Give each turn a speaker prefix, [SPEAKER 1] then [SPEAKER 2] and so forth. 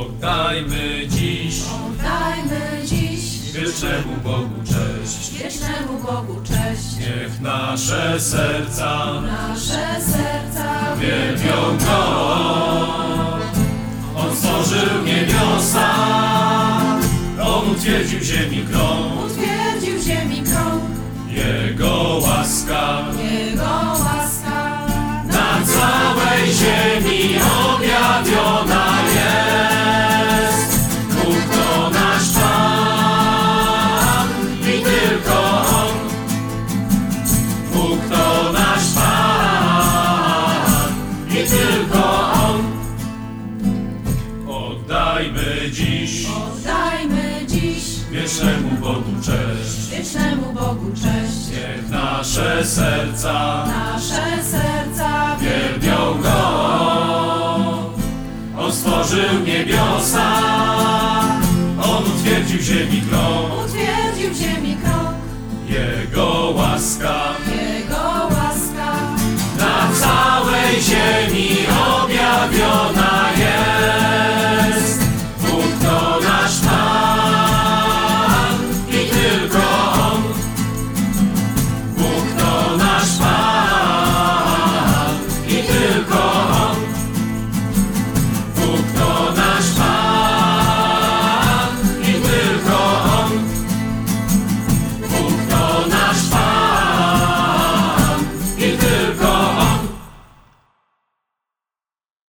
[SPEAKER 1] Oddajmy dziś
[SPEAKER 2] Dajmy dziś
[SPEAKER 1] wiecznemu Bogu cześć.
[SPEAKER 2] wiecznemu Bogu cześć.
[SPEAKER 1] Niech nasze serca
[SPEAKER 2] Nasze serca
[SPEAKER 1] wielbią Go. On stworzył niebiosa, On utwierdził ziemi krąg.
[SPEAKER 2] utwierdził ziemi krąg.
[SPEAKER 1] Jego łaska
[SPEAKER 2] Jego łaska
[SPEAKER 1] na całej ziemi objawiona jest. Bóg to nasz Pan i tylko On. Bóg to nasz Pan i tylko On. Oddajmy dziś
[SPEAKER 2] oddajmy dziś
[SPEAKER 1] wiecznemu Bogu cześć.
[SPEAKER 2] wiecznemu Bogu cześć.
[SPEAKER 1] Niech nasze serca
[SPEAKER 2] Nasze serca
[SPEAKER 1] wielbią Go. On stworzył niebiosa, On utwierdził ziemi krąg.
[SPEAKER 2] utwierdził ziemi krąg.
[SPEAKER 1] Jego łaska